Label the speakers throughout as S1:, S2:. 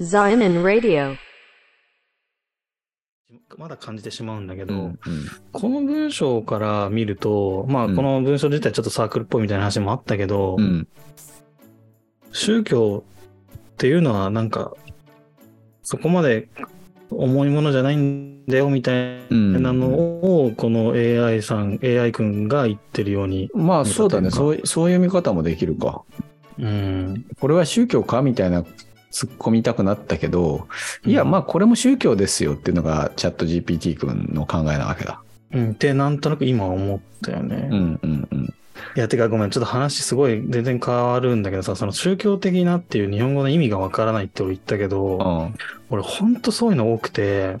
S1: Zion Radio.
S2: まだ感じてしまうんだけ
S3: う
S2: ど、
S3: んうん
S2: この文章から見ると、まあ、
S3: うん
S2: この文章自体ちょっとサークルっぽいみたいな話もあったけど、
S3: うん
S2: 宗教っていうのはなんか、そこまで重いものじゃないんだよみたいなのを、この AI さん、AI 君が言ってるように、
S3: まあ
S2: 見た
S3: そうだ
S2: という
S3: ね
S2: か
S3: そうい、そういう見方もできるか。
S2: うん、
S3: これは宗教かみたいな突っ込みたくなったけど、いや、
S2: うん
S3: まあこれも宗教ですよっていうのがチャット GPT 君の考えなわけだ。
S2: うん、ってなんとなく今思ったよね。
S3: うんうんうん。
S2: いや、てかごめん、ちょっと話すごい全然変わるんだけどさ、その宗教的なっていう日本語の意味がわからないって俺言ったけど、
S3: うんはい
S2: 俺ほんとそういうの多くて、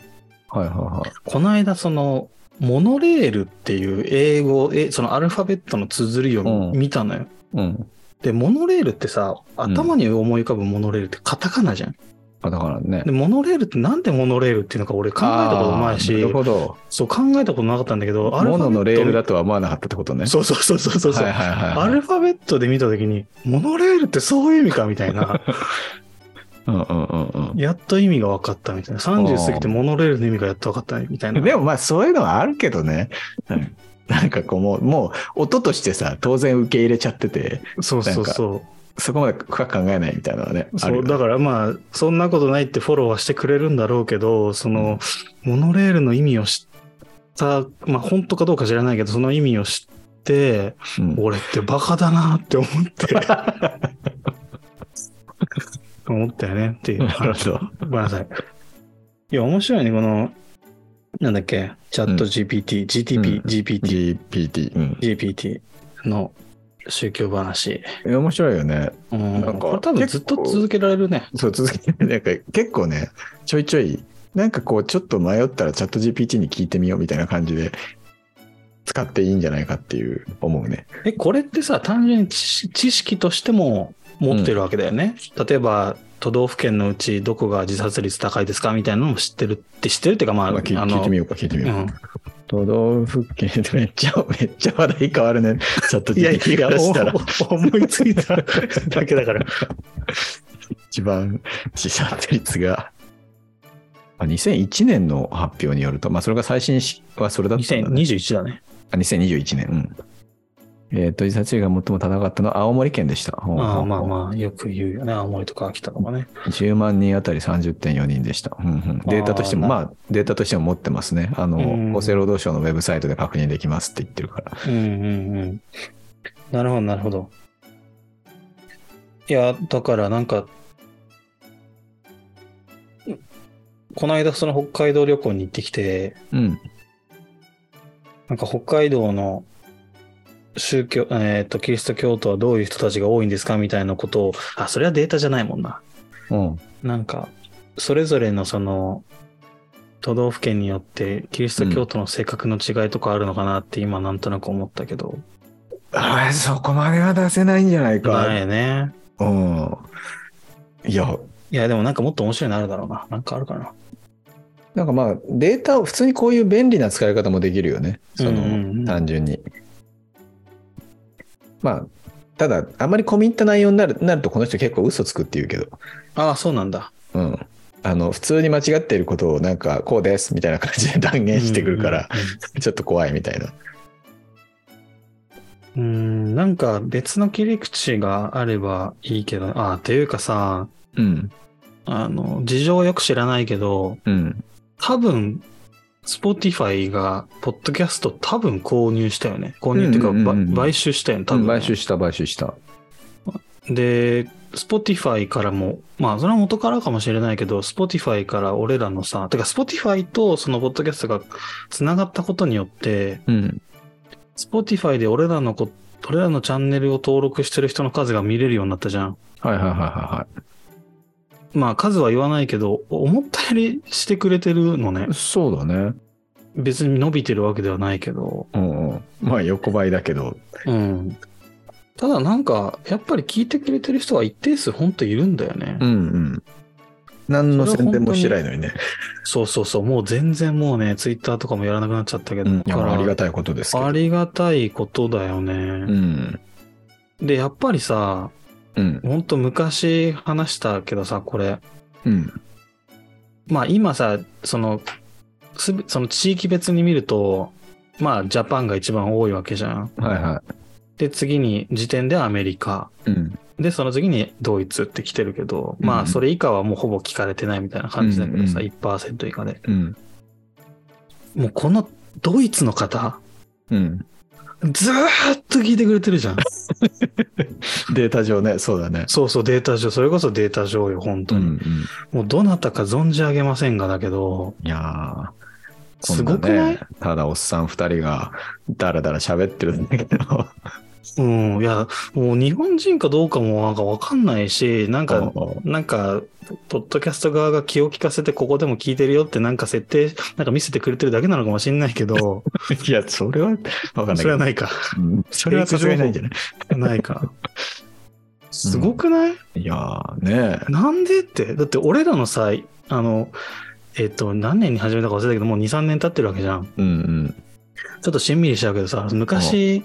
S3: はいはい。
S2: この間その、モノレールっていう英語、えそのアルファベットの綴りを
S3: うん
S2: 見たのよ。
S3: うん。
S2: で、モノレールってさ、
S3: ん
S2: 頭に思い浮かぶモノレールってカタカナじゃん。
S3: あだからね
S2: で、。モノレールってなんでモノレールっていうのか俺考えたことない
S3: あー
S2: し
S3: なる、ほど。
S2: そう考えたことなかったんだけど、アルファベッ
S3: モ
S2: ト
S3: ノのレールだとは思わなかったってことね。
S2: そうそうそうそうそう。
S3: はいはいはいはい。
S2: アルファベットで見たときに、モノレールってそういう意味かみたい な、
S3: うんうんうん
S2: やっと意味が分かったみたいな、30過ぎて
S3: あー
S2: モノレールの意味がやっと分かったみたい
S3: うん。
S2: な。
S3: でもまあそういうのはあるけどね。うんなんかこうもう、もう音としてさ、当然受け入れちゃってて、
S2: そうそうそう。
S3: そこまで深く考えないみたいなのはね。ある
S2: そ
S3: よ
S2: う、
S3: ね
S2: だからまあ、そんなことないってフォローはしてくれるんだろうけど、その、モノレールの意味を知った、まあ、本当かどうか知らないけど、その意味を知って、
S3: うん
S2: 俺ってバカだなって思 って、思ったよねっていう
S3: なる
S2: 話。
S3: ほど。
S2: ごめんなさい。いや、面白いね、この、なんだっけ、チャット GPT、
S3: う
S2: GTP、
S3: ん
S2: GPT、
S3: GPT。うん。
S2: GPT の宗教話。
S3: いや面白いよね。
S2: うん、
S3: なんか
S2: これ多分ずっと続けられるね。
S3: そう、続けて、なんか結構ね、ちょいちょい、なんかこう、ちょっと迷ったらチャット GPT に聞いてみようみたいな感じで、使っていいんじゃないかっていう思うね。
S2: え、これってさ、単純に知知識としても持ってるわけだよね。例えば、都道府県のうちどこが自殺率高いですかみたいなのも知ってるって知ってるっていうか、まあ、
S3: まあ、聞
S2: あ
S3: 聞いてみようか、聞いてみようか。
S2: うん
S3: 都道府県でめっちゃ、めっちゃ話題変わるね。チャット
S2: いやい
S3: GPT
S2: や、
S3: が出したら
S2: おお思いついただけだから。
S3: 一番自殺率が。あ2001年の発表によると、まあ、それが最新しはそれだったんだね、
S2: 2021だね。
S3: あ2021年。うん。えっ、と、自殺率が最も高かったのは青森県でした。ほう
S2: ま
S3: ほ
S2: あ
S3: う
S2: まあ
S3: ほう
S2: まあ、よく言うよね。青森とか秋田とかね。
S3: 10万人あたり30.4人でした。うんうん、データとしても、
S2: あー
S3: まあ、データとしても持ってますね。あの、
S2: うん
S3: 厚生労働省のウェブサイトで確認できますって言ってるから。
S2: うんうんうん。なるほど、なるほど。いや、だからなんか、この間その北海道旅行に行ってきて、
S3: うん。
S2: なんか北海道の宗教、えっ、と、キリスト教徒はどういう人たちが多いんですかみたいなことを、あ、それはデータじゃないもんな。
S3: うん。
S2: なんか、それぞれのその、都道府県によってキリスト教徒の性格の違いとかあるのかなって今なんとなく思ったけど。
S3: あれ、そこまでは出せないんじゃないか。
S2: ないね。
S3: うん。いや、
S2: いや、でもなんかもっと面白いのあるだろうな。なんかあるかな。
S3: なんかまあ、データを普通にこういう便利な使い方もできるよね。その、
S2: うんうんうん
S3: 単純に。まあ、ただ、あまり込み入った内容になるなると、この人結構嘘つくって言うけど。
S2: ああ、そうなんだ。
S3: うん、あの普通に間違っていることをなんかこうですみたいな感じで断言してくるから、ちょっと怖いみたいな。
S2: うん。うん、うんなんか別の切り口があればいいけど、ああ、っていうかさ、
S3: うん
S2: あの、事情をよく知らないけど、
S3: うん、
S2: 多分、Spotify が、ポッドキャスト多分購入したよね。購入っていうか、
S3: うんうんうんうん
S2: ば買収したよね、多分、
S3: 買収した買収した。
S2: で、Spotify からも、まあ、それは元からかもしれないけど、Spotify から俺らのさ、てか Spotify とそのポッドキャストが繋がったことによって、
S3: うん、
S2: Spotify で俺らのこ、俺らのチャンネルを登録してる人の数が見れるようになったじゃん。
S3: はいはいはいは
S2: まあ数は言わないけど、思ったよりしてくれてるのね
S3: い。。そうだね。
S2: 別に伸びてるわけではないけど。
S3: うんうん、まあ横ばいだけど。
S2: うん。ただなんか、やっぱり聞いてくれてる人は一定数本当いるんだよね。
S3: んうん。何の宣伝もしてないのにね。
S2: そうそうそう。もう全然もうね、Twitter とかもやらなくなっちゃったけど。
S3: うん、い
S2: だか
S3: や
S2: ら
S3: ありがたいことですけど。
S2: ありがたいことだよね。
S3: うん
S2: で、やっぱりさ、
S3: うん
S2: ほんと昔話したけどさ、これ、
S3: うん。
S2: まあ今さ、その、すべその地域別に見ると、まあジャパンが一番多いわけじゃん。
S3: はいは
S2: で、次に時点でアメリカ。
S3: い。うん。
S2: で、その次にドイツって来てるけど、
S3: うん
S2: まあそれ以下はもうほぼ聞かれてないみたいな感じだけどさ、
S3: うん
S2: 1%以下で。
S3: うん。
S2: もうこのドイツの方、
S3: うん。
S2: ずーっと聞いてくれてる じゃん。
S3: データ上ね、そうだね。
S2: そうそう、データ上、それこそデータ上よ、本当に。
S3: うんうん
S2: もうどなたか存じ上げませんがだけど、
S3: いやー
S2: すごく
S3: こん
S2: な
S3: ね
S2: い
S3: ただおっさん2人がダラダラ喋ってるんだけど。
S2: うん、いや、もう日本人かどうかもなんかわかんないし、なんか、なんか、ポッドキャスト側が気を利かせてここでも聞いてるよってなんか設定、なんか見せてくれてるだけなのかもしれないけど、
S3: いや、それは分かんないけど。
S2: それはないか。
S3: うんそれはさすがにないんじゃない
S2: ないか。すごくない、
S3: いやーね
S2: なんでって。だって俺らのさ、あの、えっと、何年に始めたか忘れたけど、もう2、3年経ってるわけじゃん。
S3: うん
S2: ちょっとしんみりしちゃうけどさ、昔、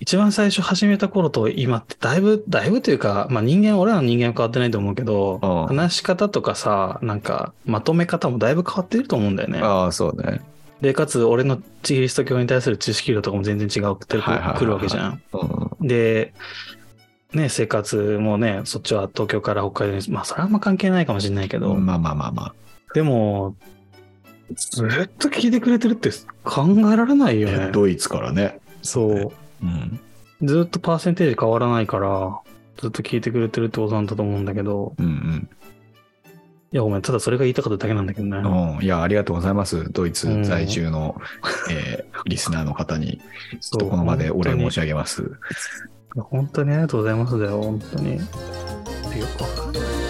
S2: 一番最初始めた頃と今ってだいぶ、だいぶというか、まあ人間、俺らの人間は変わってないと思うけど、
S3: うん
S2: 話し方とかさ、なんかまとめ方もだいぶ変わってると思うんだよ
S3: う
S2: ね
S3: ん。。ああ、そうね。
S2: で、かつ俺のキリスト教に対する知識量とかも全然違うくて
S3: はいはいはいはい
S2: くるわけじゃん。
S3: うん
S2: で、ね、生活もね、そっちは東京から北海道に、まあそれはあんま関係ないかもしれないけど、
S3: まあまあまあま
S2: でも、ずっと聞いてくれてるって考えられないよ
S3: あ。
S2: ね。
S3: ドイツからね。
S2: そう。
S3: うん。
S2: ずっとパーセンテージ変わらないから、ずっと聞いてくれてるってことなんだと思うんだけど、
S3: うん
S2: いやごめん、ただそれが言いたかっただけなんだけどね。
S3: うん。うんいや、ありがとうございます。ドイツ在住の、えーリスナーの方に、ちょっとこの場でお礼申し上げます。
S2: 本当に本当にありがとうございますだよ、本当に。よくわかんない。